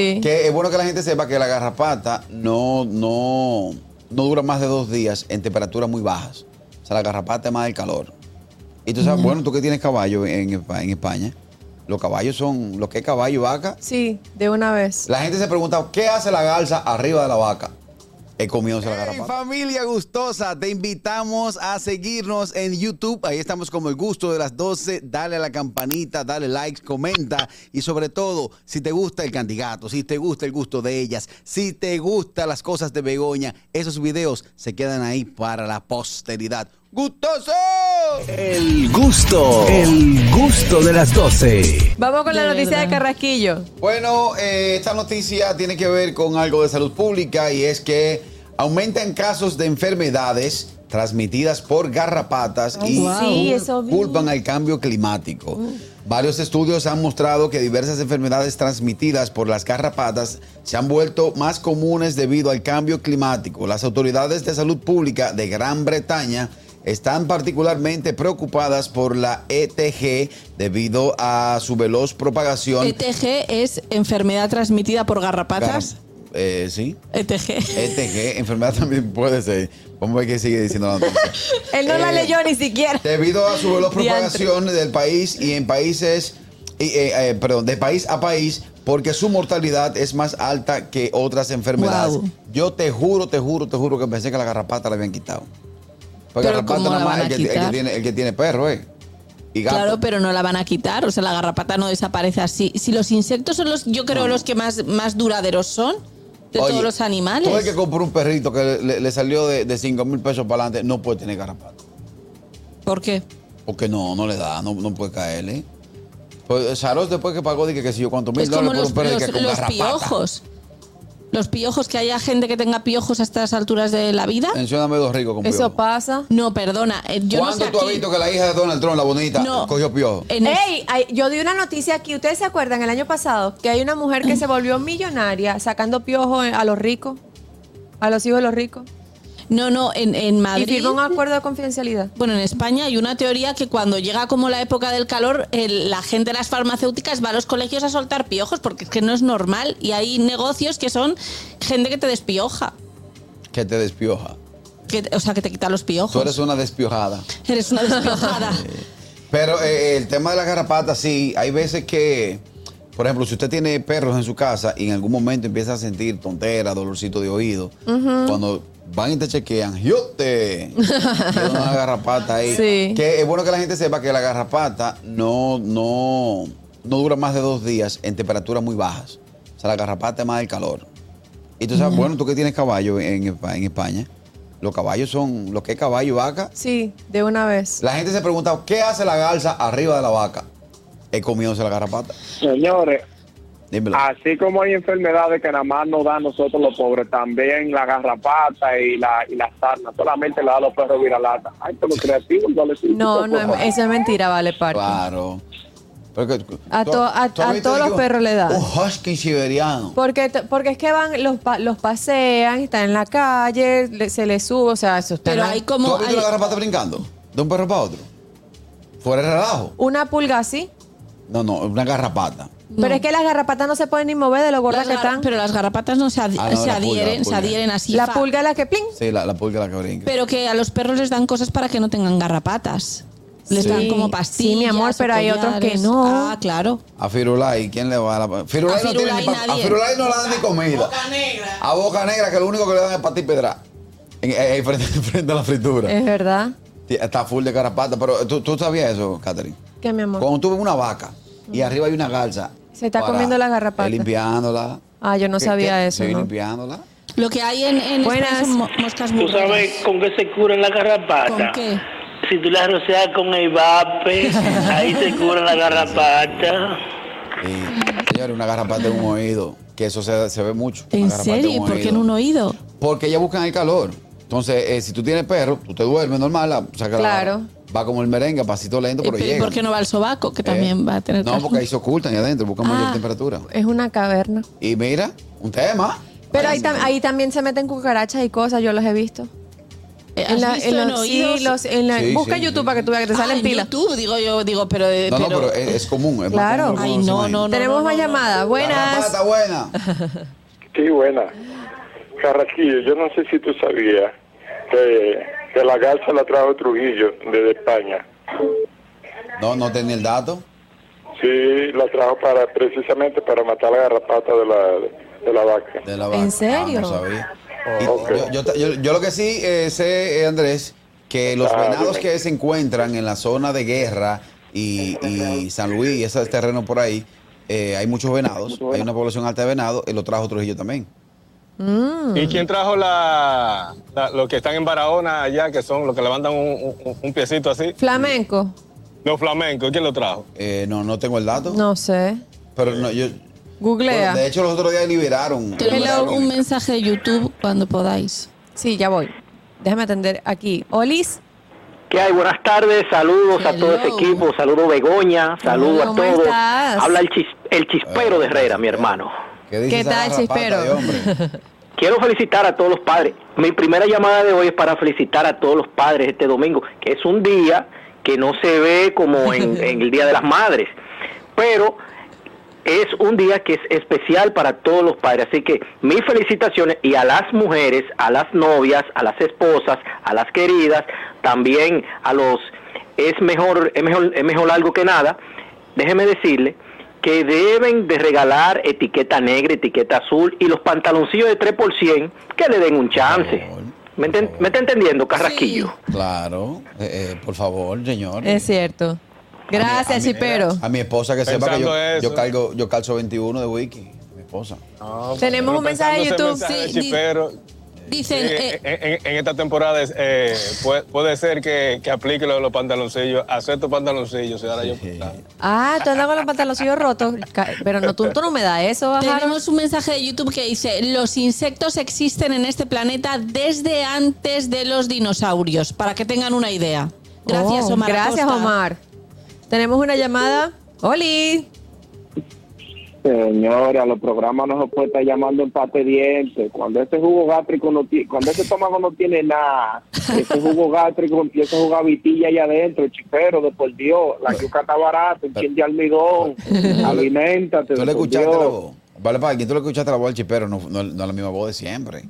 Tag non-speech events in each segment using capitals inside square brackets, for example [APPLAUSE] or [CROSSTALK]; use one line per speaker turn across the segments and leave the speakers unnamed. Que es bueno que la gente sepa que la garrapata no, no, no dura más de dos días en temperaturas muy bajas. O sea, la garrapata es más del calor. Y tú sabes, bueno, tú que tienes caballo en, Espa- en España, los caballos son, lo que es caballo y vaca.
Sí, de una vez.
La gente se pregunta, ¿qué hace la garza arriba de la vaca? Es comiéndose la
Hey,
garrapata.
familia gustosa, te invitamos a seguirnos en YouTube. Ahí estamos como el gusto de las 12. Dale a la campanita, dale likes, comenta. Y sobre todo, si te gusta el candidato, si te gusta el gusto de ellas, si te gustan las cosas de Begoña, esos videos se quedan ahí para la posteridad. ¡Gustoso!
El gusto, el gusto de las 12.
Vamos con la
De
noticia de
verdad.
Carrasquillo.
Bueno, eh, esta noticia tiene que ver con algo de salud pública y es que aumentan casos de enfermedades transmitidas por garrapatas y
wow. Sí, eso vi.
culpan al cambio climático. Varios estudios han mostrado que diversas enfermedades transmitidas por las garrapatas se han vuelto más comunes debido al cambio climático. Las autoridades de salud pública de Gran Bretaña están particularmente preocupadas por la ETG debido a su veloz propagación.
ETG E es enfermedad transmitida por garrapatas. E
Garra- eh, sí.
ETG.
ETG, enfermedad también puede ser. Vamos a ver qué sigue diciendo la
[LAUGHS]
noticia.
Él no la
Eh,
leyó ni siquiera.
[LAUGHS] Debido a su veloz
Diantre.
propagación del país y en países, y, eh, eh, perdón, de país a país, porque su mortalidad es más alta que otras enfermedades.
Guau.
Yo te juro, te juro, te juro que pensé que la garrapata la habían quitado. Porque
Pero
garrapata
¿cómo
nada
la
más el
van a
que, el que
quitar?
tiene, el que tiene perro, ¿eh? Y gato.
Claro, pero no la van a quitar, o sea, la garrapata no desaparece así. Si los insectos son los, yo creo, los que más, más duraderos son de
Oye,
todos los
Todo el
animales.
que compró un perrito que le, le salió de, de 5 mil pesos para adelante no puede tener garrapata.
¿Por qué?
Porque no, no le da, no, no puede caerle. Pues Saros después que pagó, dije que si yo cuánto mil
Es como
dólares por
los,
un perro
los-
dije, con
los
garrapata.
piojos. Los piojos, que haya gente que tenga piojos a estas alturas de la vida.
Mencióname dos ricos con
Eso
piojo.
pasa.
No, perdona, eh, yo no
¿Cuándo
sé
tú has
aquí-
visto que la hija de Donald Trump, la bonita,
No. Eh.
cogió piojo?
en el-
Ey, ay, yo di una noticia aquí. ¿Ustedes se acuerdan el año pasado que hay una mujer que se volvió millonaria sacando piojo en- a los ricos, a los hijos de los ricos?
No, no, en, en
Y
Madrid.
firmó un acuerdo de confidencialidad.
Bueno, en España hay una teoría que cuando llega como la época del calor, el- la gente de las farmacéuticas va a los colegios a soltar piojos porque es que no es normal y hay negocios que son gente que te despioja,
Que te despioja.
que, o sea, que te quita los piojos.
Tú eres una despiojada.
Eres una
[LAUGHS]
despiojada.
Pero eh, el tema de las garrapatas, sí, hay veces que, por ejemplo, si usted tiene perros en su casa y en algún momento empieza a sentir tontera, dolorcito de oído, cuando van y te chequean, yo te tiene una garrapata ahí.
Sí.
Que es bueno que la gente sepa que la garrapata no, no, no dura más de dos días en temperaturas muy bajas. O sea, la garrapata es más del calor. Y tú sabes, bueno, tú que tienes caballo en, Espa- en España, los caballos son, lo que es caballo y vaca,
Sí, de una vez.
la gente se pregunta, ¿qué hace la garza arriba de la vaca? Es comiéndose la garrapata.
Señores,
Dímelo.
así como hay enfermedades que nada más nos dan nosotros los pobres, también la garrapata y la, y la sarna, solamente la da los perros viralata. Ay, pero creativo, pues. no les
No, no, em- eso es mentira, vale, parte.
Claro. Pero que-
A
tú-
to- a-
tú has
a
visto
todos
de que
los
un-
perros le dan.
Un husky siberiano.
Porque, t- porque es que van, los, pa- los pasean, están en la calle, le- se les sube, o sea, eso está
Pero
en la-
hay
¿Tú
como...
has visto
hay-
la garrapata brincando? De un perro para otro. Fuera de relajo.
una pulga así.
No, no, una garrapata.
Pero es que las garrapatas no se pueden ni mover de lo gordas
las
que
gar-
están.
pero las garrapatas no se, ad-
Ah, no,
se
la pulga, la
adhieren, se
pulga.
adhieren así.
la
fa-
pulga es la que plin.
Sí, la, la pulga la que brinca.
Pero que a los perros les dan cosas para que no tengan garrapatas. Les
Sí.
dan como
Sí,
pastillas.
mi amor,
o
pero hay otros
collares.
que no.
Ah, claro.
a Firulay, ¿quién le va a la Firulay
A
no tiene
Firulay
ni pa- A
nadie.
Firulay no le dan ni comida.
negra.
A Boca Negra, que lo único que le dan es patín pedra. En- en- en frente, [LAUGHS] frente a la fritura.
Es verdad.
Sí, Está full de garrapata, pero eh, ¿tú, tú sabías eso, Catherine.
Que mi amor.
Cuando tú ves una vaca y arriba hay una garza.
Se está comiendo la garrapata.
eh, Limpiándola.
Ah, yo no
¿Qué-
sabía
qué?
eso,
Sí,
¿no?
limpiándola.
Lo que hay en, en
Buenas.
España son mo- moscas
¿Tú
burronas.
sabes con qué se curan la garrapata?
¿Con qué?
Si tú la roceas con
[LAUGHS]
el vape, ahí se curan la garrapata.
Y, señores, una garrapata en un oído, que eso se, se ve mucho. una
¿En
garrapata
serio? ¿Y por qué en un oído?
Porque ellas buscan el calor. Entonces, eh, si tú tienes perro, tú te duermes normal, la, saca la-
Claro.
va como el merengue, pasito lento,
Eh,
pero
pero ¿y
llega. Eh,
por qué no va al sobaco? Que también va a tener...
No, porque ahí se ocultan y adentro, buscan mayor
Ah.
temperatura.
Es una caverna.
Y mira, un tema.
Pero
Ay,
ahí, tam- ahí también se meten cucarachas y cosas, yo los he visto.
Eh,
En
¿Has
la-
visto
en
en
los- sí,
oídos?
los- en la-
Sí,
busca
sí,
en YouTube
sí.
para que tú veas que te
Ah,
salen
en
pilas.
YouTube, digo yo, digo, pero... de-
No, no,
pero-
pero eh, es, es común.
Eh,
es más
Claro.
común de lo que
Ay,
uno se
no,
imagina.
no, no.
Tenemos
no,
más
no.
llamada. Buenas.
Garrapata buena.
Sí, buena. Carraquillo, yo no sé si tú sabías que, que la garza la trajo Trujillo desde España.
No, no tenía el dato.
Sí, la trajo para precisamente para matar la garrapata de la, de la vaca.
De la vaca.
¿En serio?
Ah, no sabía. Y
Ok.
yo, yo- yo- yo lo que sí eh, sé, eh, Andrés, que los
Ah,
venados
dime.
que se encuentran en la zona de guerra y, y San Luis y esos terrenos por ahí, eh, hay muchos venados, hay una población alta de venados, y lo trajo Trujillo también.
¿Y quién trajo la, la- los que están en Barahona allá, que son los que levantan un, un- un piecito así?
Flamenco.
Los flamencos, ¿quién lo trajo?
Eh, no, no tengo el dato.
No sé.
Pero no, yo.
Googlea.
Bueno, de hecho, los otros días liberaron.
Tenemos
liberaron-
un mensaje de YouTube cuando podáis.
Sí, ya voy. Déjame atender aquí. Olis.
¿Qué hay? Buenas tardes, saludos a todo ese
Hello.
equipo, saludos Begoña, saludos a
¿Cómo
todos.
estás?
Habla el, chis- el chispero de Herrera, mi hermano.
¿Qué, dice
¿Qué
esa
tal,
garrapata
Chispero?
de hombre?
Quiero felicitar a todos los padres. Mi primera llamada de hoy es para felicitar a todos los padres este domingo, que es un día que no se ve como
[LAUGHS]
en, en el Día de las Madres, pero es un día que es especial para todos los padres. Así que mis felicitaciones y a las mujeres, a las novias, a las esposas, a las queridas, también a los... Es mejor, es mejor, es mejor algo que nada. Déjeme decirle que deben de regalar etiqueta negra, etiqueta azul y los pantaloncillos de 3% que le den un chance.
Por favor,
¿Me, enten-
por
me está entendiendo, Carrasquillo?
Sí.
Claro. eh, eh, por favor, señor.
Es cierto.
A
Gracias,
mi-
Chipero.
A mi esposa que sepa que yo,
Pensando eso.
yo cargo, yo calzo 21 de wiki. Mi esposa.
Tenemos un mensaje de YouTube,
sí, di- Dicen,
Dicen,
eh,
en, en esta temporada es, eh, puede, puede ser que, que aplique lo de los pantaloncillos. Hacer tus pantaloncillos, señora yo.
Ah, tú andas con los pantaloncillos rotos. Ca- Pero no, tú, tú no me das eso, Harold.
Tenemos un mensaje de YouTube que dice, los insectos existen en este planeta desde antes de los dinosaurios, para que tengan una idea. Gracias,
Oh,
Omar.
Gracias,
Acosta.
Omar. Tenemos una llamada. Oli.
Señora, los programas no se puede estar llamando empate de dientes. Cuando ese jugo gástrico no tiene, cuando ese estómago no tiene nada,
[LAUGHS]
ese jugo gástrico empieza a jugar vitilla allá adentro, chipero, de por Dios, la yuca está barata, un chin
[LAUGHS]
de almidón, alimentate,
Tú
de
le
por
escuchaste la
Dios.
voz. Vale, para quien tú le escuchaste la voz al chipero, no, no, no es la misma voz de siempre.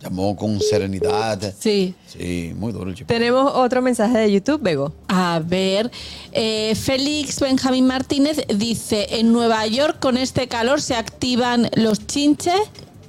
Llamó con serenidad.
Sí.
Sí, muy duro el chipero.
Tenemos otro mensaje de YouTube, Bego.
A ver, eh, Félix Benjamín Martínez dice, en Nueva York con este calor se activan los chinches.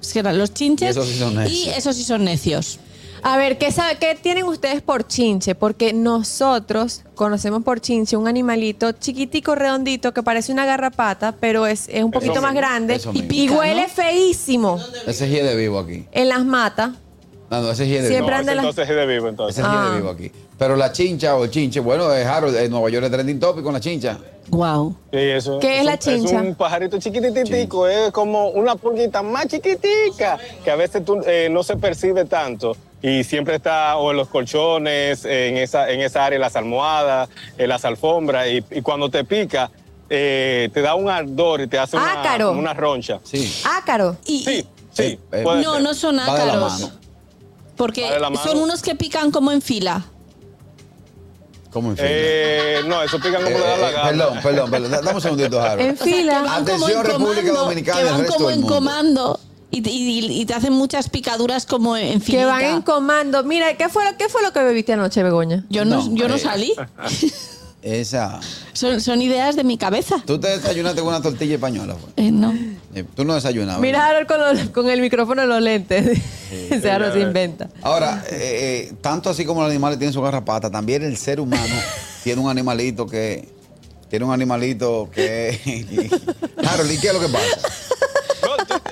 ¿sí eran los chinches.
Y esos sí son necios.
Y esos sí son necios.
A ver, ¿qué, sabe- ¿qué tienen ustedes por chinche? Porque nosotros conocemos por chinche un animalito chiquitico, redondito, que parece una garrapata, pero es, es un poquito más
mismo,
grande
eso
y,
mismo.
y huele
¿no?
feísimo
Ese es de vivo aquí.
en las matas.
No, no, ese es de vivo.
Siempre
No,
anda
ese
la-
entonces es de vivo,
Ese
entonces.
es
Ah.
de vivo aquí. Pero la chincha o el chinche, bueno, es Harold, en Nueva York es trending topic con la chincha.
Wow.
Sí, eso-
¿Qué es la
eso-
chincha?
Es un pajarito chiquititico, es como una pulguita más chiquitica, que a veces tú, eh, no se percibe tanto. Y siempre está o en los colchones, en esa, en esa área, en las almohadas, en las alfombras. Y, y cuando te pica, eh, te da un ardor y te hace una,
Ácaro.
como una roncha.
Sí.
Ácaro.
Y,
Sí, sí.
Eh,
puede
no,
ser.
no son
Va de la
ácaros.
mano.
Porque
Va de la mano.
son unos que pican como en fila.
¿Cómo en fin?
Eh, no, eso pica como
Eh,
le da la
eh,
gana.
perdón, perdón, perdón. Dame un
[LAUGHS]
segundito,
En
Harold.
fila.
Van como en
Atención, República
comando,
Dominicana
que
y el
van
resto
como
del
en
mundo.
comando y, te- y- y te hacen muchas picaduras como en
Que van
filita.
en comando. Mira, ¿qué fue, lo- ¿qué fue lo que bebiste anoche, Begoña?
yo no,
No,
yo no
eh.
salí.
Esa.
Son, son ideas de mi cabeza.
Tú te desayunaste con una tortilla española, fue.
Eh,
[LAUGHS]
no.
Eh, Tú no desayunabas.
Mira,
¿verdad?
Harold con, los- con el micrófono en los lentes. [LAUGHS] Se Harold se inventa.
Ahora, eh, eh, tanto así como los animales tienen su garrapata, también el
[LAUGHS]
ser humano tiene un animalito que. Tiene un animalito que. [LAUGHS] Harold, ¿y qué es lo que pasa?
No, tú-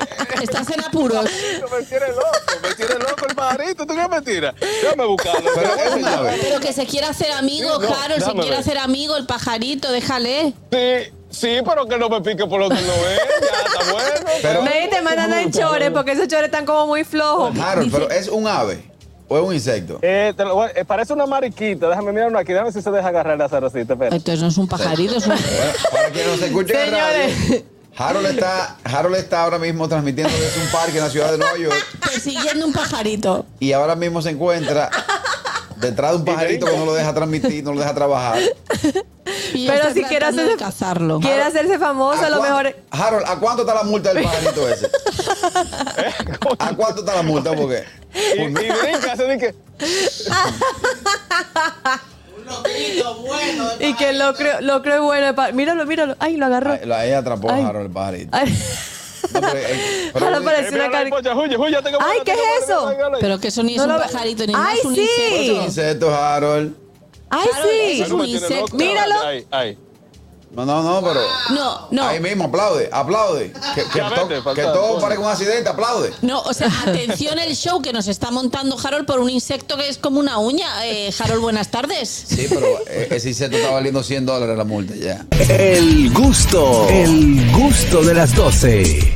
Estás en apuros.
me tiene loco, me tiene loco el pajarito. ¿Tú qué me tiras? Déjame buscarlo.
Pero es
déjame
una vez.
Pero que se quiera hacer amigo,
Sí, no,
claro, se
dame
quiere
ver.
hacer amigo, el pajarito, déjale.
Sí, sí, pero que no me pique por lo que no es. Ya está bueno.
Pero-
Nadie te manda nada en chores porque esos chores están como muy flojos.
Harold, pero ¿es un ave o es un insecto?
Eh, te lo voy- eh, parece una mariquita. Déjame mirar una aquí. Déjame si se deja agarrar la zaracita. Espera.
Entonces no es un
[LAUGHS]
pajarito, es un...
Bueno, para quienes nos escuchen en radio,
Señores.
Harold está, Harold está ahora mismo transmitiendo
Pues
desde un parque en la ciudad de Nueva York
persiguiendo un pajarito.
y ahora mismo se encuentra Detrás de un pajarito que no lo deja transmitir, no lo deja trabajar.
Y
Pero
está
si quiere
tratando de
hacer-
cazarlo.
Quiere hacerse famoso, a lo
cuán-
mejor.
Harold, ¿a cuánto está la multa del pajarito ese? ¿A cuánto está la multa? Porque.
Y, y brinca, se dice que
Y que lo creo, lo creo bueno. pa- Míralo, míralo. Ay, lo agarró.
Ay, la- Ella atrapó a
Ay.
Harold el pajarito.
Ay,
No,
[LAUGHS]
pero, eh, pero-
Ahora parece- Es
eh,
una
mira la
cari-
polla, huye, huye, tengo
Ay,
bola,
¿qué
tengo
es
bola,
eso?
tengo bola.
Pero que eso ni es
No
un
lo ve-
pajarito, ni
¡Ay,
más un
sí!
insecto.
Insecto, Harold.
ay
Claro,
sí.
es un
Algo me tiene
insecto.
loco.
Míralo.
Ay, ay.
No, no, no, pero.
No, no.
Ahí mismo, aplaude, aplaude. Que, que
Ya
to-
vete, faltaba,
que todo
coño.
parezca un accidente, aplaude.
No, o sea, atención el show que nos está montando Harold por un insecto que es como una uña. Eh, Harold, buenas tardes.
Sí, pero eh, ese insecto está valiendo 100 dólares la multa ya.
El gusto, el gusto de las 12.